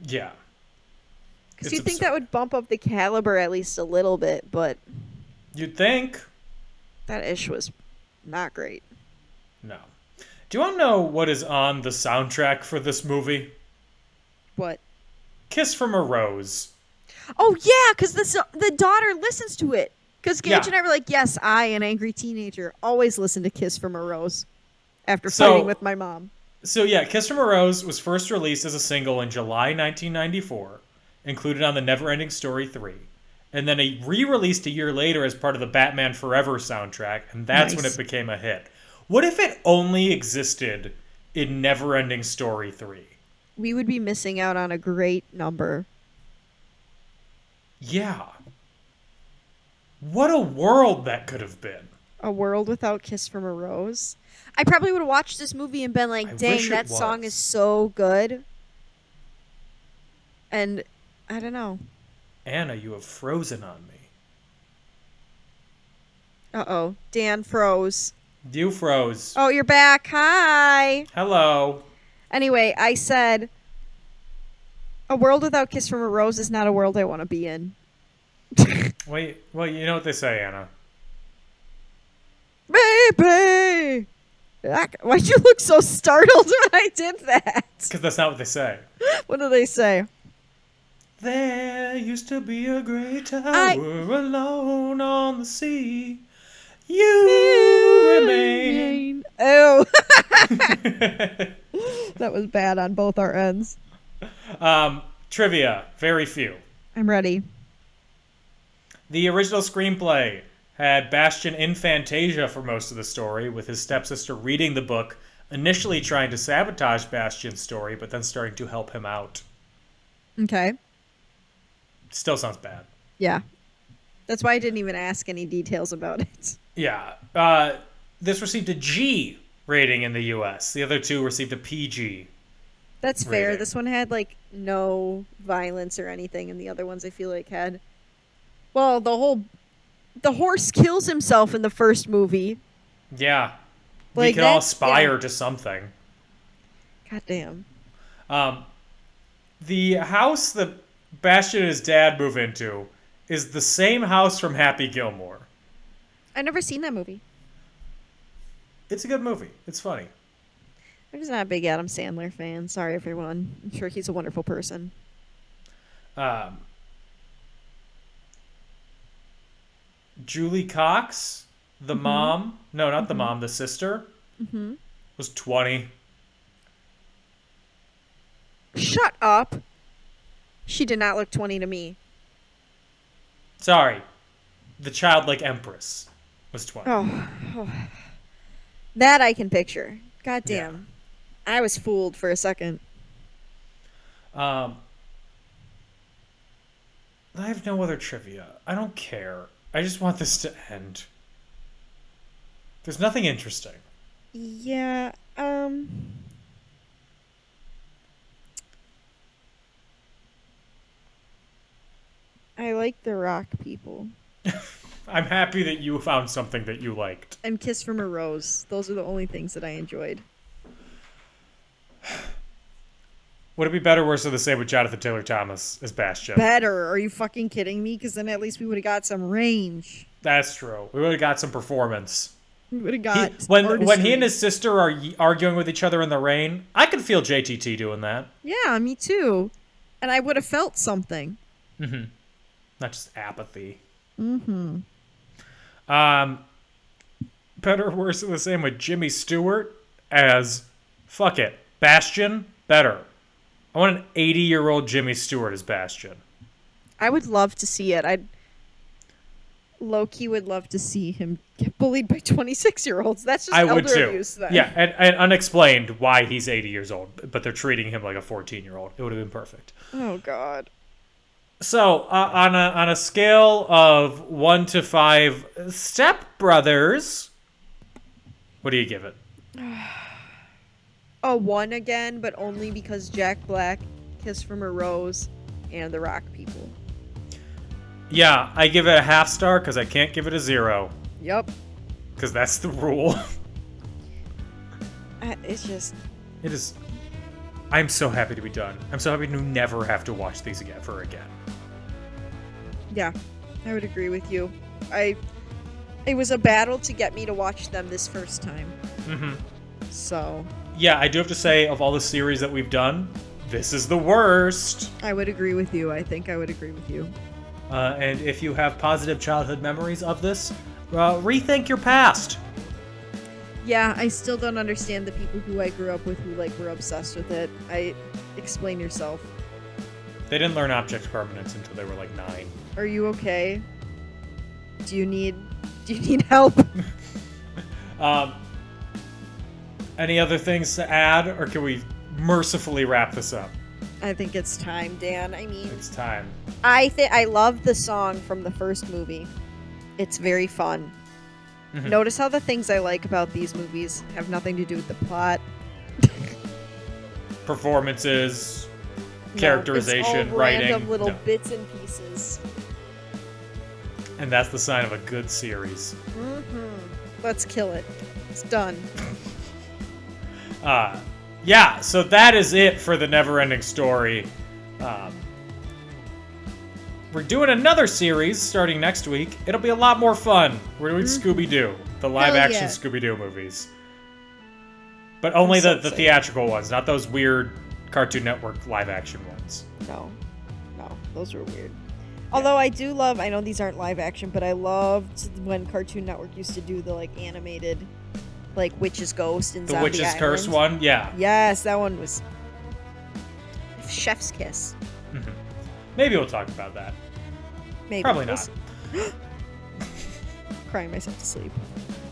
[SPEAKER 1] Yeah.
[SPEAKER 2] Because
[SPEAKER 1] It's
[SPEAKER 2] you'd think that
[SPEAKER 1] absurd.
[SPEAKER 2] would bump up the caliber at least a little bit, but
[SPEAKER 1] You'd think.
[SPEAKER 2] that ish was not great.
[SPEAKER 1] No. Do you want to know what is on the soundtrack for this movie?
[SPEAKER 2] What?
[SPEAKER 1] Kiss from a Rose.
[SPEAKER 2] Oh yeah, because the so- the daughter listens to it. Because Gage
[SPEAKER 1] Yeah.
[SPEAKER 2] and I were like, "Yes, I, an angry teenager, always listen to Kiss from a Rose." After
[SPEAKER 1] So-
[SPEAKER 2] fighting with my mom,
[SPEAKER 1] So yeah, Kiss from a Rose was first released as a single in July 1994 included on the Neverending Story 3, and then a re released a year later as part of the Batman Forever soundtrack, and that's when
[SPEAKER 2] Nice.
[SPEAKER 1] it became a hit. What if it only existed in Neverending Story 3?
[SPEAKER 2] We would be missing out on a great number.
[SPEAKER 1] Yeah. What a world that could have been.
[SPEAKER 2] A World Without Kiss from a Rose. I probably would have watched this movie and been like,
[SPEAKER 1] I wish
[SPEAKER 2] dang,
[SPEAKER 1] it
[SPEAKER 2] that song
[SPEAKER 1] was."
[SPEAKER 2] is so good. And I don't know.
[SPEAKER 1] Anna, you have frozen on me.
[SPEAKER 2] Uh oh. Dan froze.
[SPEAKER 1] You froze.
[SPEAKER 2] Oh, you're back. Hi.
[SPEAKER 1] Hello.
[SPEAKER 2] Anyway, I said, A World Without Kiss from a Rose is not a world I want to be in.
[SPEAKER 1] Wait, well, you know what they say, Anna.
[SPEAKER 2] Baby! Ac- Why'd you look so startled when I did that?
[SPEAKER 1] Because that's not what they say.
[SPEAKER 2] What do they say?
[SPEAKER 1] There used to be a great tower
[SPEAKER 2] I-
[SPEAKER 1] alone on the sea. You remain.
[SPEAKER 2] Oh, that was bad on both our ends.
[SPEAKER 1] um, trivia, very few.
[SPEAKER 2] I'm ready.
[SPEAKER 1] The original screenplay had Bastian in Fantasia for most of the story, with his stepsister reading the book, initially trying to sabotage Bastion's story, but then starting to help him out.
[SPEAKER 2] Okay.
[SPEAKER 1] Still sounds bad.
[SPEAKER 2] Yeah. That's why I didn't even ask any details about it.
[SPEAKER 1] Yeah. Uh, this received a G rating in the US. The other two received a PG.
[SPEAKER 2] That's fair.
[SPEAKER 1] Rating.
[SPEAKER 2] This one had like no violence or anything, and the other ones I feel like had. Well, the whole, the horse kills himself in the first movie.
[SPEAKER 1] Yeah. we
[SPEAKER 2] Like,
[SPEAKER 1] can all
[SPEAKER 2] that's-
[SPEAKER 1] aspire
[SPEAKER 2] yeah.
[SPEAKER 1] to something.
[SPEAKER 2] Goddamn.
[SPEAKER 1] Um, the house that Bastion and his dad move into is the same house from Happy Gilmore.
[SPEAKER 2] I've never seen that movie.
[SPEAKER 1] It's a good movie. It's funny.
[SPEAKER 2] I'm just not a big Adam Sandler fan. Sorry, everyone. I'm sure he's a wonderful person.
[SPEAKER 1] Um, Julie Cox, the mom, no, not the mom, the sister, was 20.
[SPEAKER 2] Shut up. She did not look 20 to me.
[SPEAKER 1] Sorry, the childlike empress was 20.
[SPEAKER 2] Oh, oh. that I can picture. God damn. I was fooled for a second.
[SPEAKER 1] Um, I have no other trivia. I don't care. I just want this to end. There's nothing interesting.
[SPEAKER 2] Yeah. Um. I like the rock people.
[SPEAKER 1] I'm happy that you found something that you liked.
[SPEAKER 2] And Kiss from a Rose. Those are the only things that I enjoyed.
[SPEAKER 1] Would it be better, worse, or the same with Jonathan Taylor Thomas as Bastion?
[SPEAKER 2] Better. Are you fucking kidding me? Because then at least we would have got some range.
[SPEAKER 1] That's true. We would have got some performance.
[SPEAKER 2] We would
[SPEAKER 1] He-
[SPEAKER 2] have got
[SPEAKER 1] when when
[SPEAKER 2] artistry.
[SPEAKER 1] he and his sister are y- arguing with each other in the rain, I could feel JTT doing that.
[SPEAKER 2] yeah, me too. And I would have felt something.
[SPEAKER 1] not just apathy. Mm-hmm. Um, better, or worse, or the same with Jimmy Stewart as fuck it, Bastion. Better. I want an eighty-year-old Jimmy Stewart as Bastion.
[SPEAKER 2] I would love to see it. I'd Loki would love to see him get bullied by twenty six year olds. That's just
[SPEAKER 1] I
[SPEAKER 2] elder
[SPEAKER 1] would too.
[SPEAKER 2] abuse then.
[SPEAKER 1] Yeah, and, and unexplained why he's eighty years old, but they're treating him like a fourteen-year-old. It would have been perfect.
[SPEAKER 2] Oh god.
[SPEAKER 1] So uh, on a on a scale of one to five, Step Brothers, what do you give it?
[SPEAKER 2] A one again, but only because Jack Black, Kiss from a Rose, and the Rock people.
[SPEAKER 1] Yeah, I give it a half star because I can't give it a zero
[SPEAKER 2] Yep.
[SPEAKER 1] because that's the rule.
[SPEAKER 2] Uh, It's just
[SPEAKER 1] It is. I'm so happy to be done. I'm so happy to never have to watch these again for again.
[SPEAKER 2] yeah, I would agree with you. I it was a battle to get me to watch them this first time.
[SPEAKER 1] hmm
[SPEAKER 2] So
[SPEAKER 1] Yeah, I do have to say, of all the series that we've done, this is the worst.
[SPEAKER 2] I would agree with you. I think I would agree with you.
[SPEAKER 1] Uh, and if you have positive childhood memories of this, uh, rethink your past.
[SPEAKER 2] Yeah, I still don't understand the people who I grew up with who like were obsessed with it. I explain yourself.
[SPEAKER 1] They didn't learn object permanence until they were like nine.
[SPEAKER 2] Are you okay? Do you need do you need help?
[SPEAKER 1] Um, any other things to add, or can we mercifully wrap this up?
[SPEAKER 2] I think it's time, Dan. I mean,
[SPEAKER 1] It's time.
[SPEAKER 2] I think I love the song from the first movie. It's very fun.
[SPEAKER 1] Mhm.
[SPEAKER 2] Notice how the things I like about these movies have nothing to do with the plot.
[SPEAKER 1] Performances,
[SPEAKER 2] No,
[SPEAKER 1] characterization,
[SPEAKER 2] it's all
[SPEAKER 1] writing.
[SPEAKER 2] random little
[SPEAKER 1] No.
[SPEAKER 2] bits and pieces.
[SPEAKER 1] And that's the sign of a good series.
[SPEAKER 2] Let's kill it. It's done.
[SPEAKER 1] Uh, yeah, so that is it for the never ending story. Um, we're doing another series starting next week. It'll be a lot more fun. We're doing Scooby Doo, the live action
[SPEAKER 2] Mm-hmm. yeah.
[SPEAKER 1] Scooby Doo movies. But only
[SPEAKER 2] so
[SPEAKER 1] the, the
[SPEAKER 2] excited.
[SPEAKER 1] theatrical ones, not those weird Cartoon Network live action ones.
[SPEAKER 2] No, no, those were weird. Although I do love, I know these aren't live action, but I loved when Cartoon Network used to do the like animated, like Witch's Ghost and
[SPEAKER 1] The
[SPEAKER 2] Zombie
[SPEAKER 1] Witch's Curse
[SPEAKER 2] Island.
[SPEAKER 1] one, yeah.
[SPEAKER 2] Yes, that one was Chef's Kiss.
[SPEAKER 1] Maybe we'll talk about that.
[SPEAKER 2] Maybe
[SPEAKER 1] Probably
[SPEAKER 2] We'll
[SPEAKER 1] not.
[SPEAKER 2] s- Crying myself to sleep.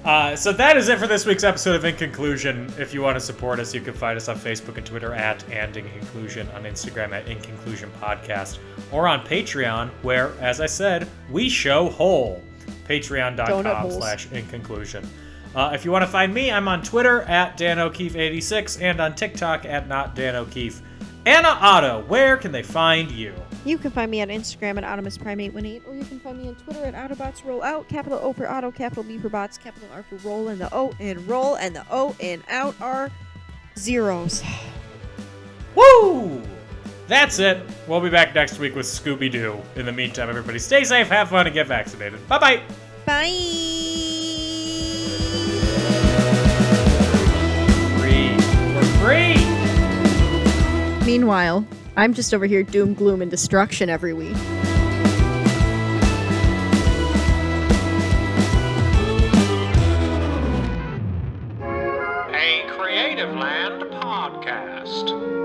[SPEAKER 1] Uh, so that is it for this week's episode of In Conclusion. If you want to support us, you can find us on Facebook and Twitter at and In Conclusion, on Instagram at In Conclusion Podcast, or on Patreon, where, as I said, we show whole.
[SPEAKER 2] Donut
[SPEAKER 1] Patreon.com
[SPEAKER 2] holes.
[SPEAKER 1] slash In Conclusion. Uh, if you want to find me, I'm on Twitter at Dan O'Keefe86 and on TikTok at Not Dan O'Keefe. Anna Otto, where can they find you?
[SPEAKER 2] You can find me on Instagram at Automus Prime818, or you can find me on Twitter at Autobots Roll Out, capital O for Auto, capital B for Bots, capital R for Roll, and the O in Roll, and the O in Out are zeros.
[SPEAKER 1] Woo! That's it. We'll be back next week with Scooby Doo. In the meantime, everybody stay safe, have fun, and get vaccinated. Bye bye!
[SPEAKER 2] Bye!
[SPEAKER 1] Free. We're free!
[SPEAKER 2] Meanwhile, I'm just over here doom, gloom, and destruction every week.
[SPEAKER 5] a Creative Land podcast.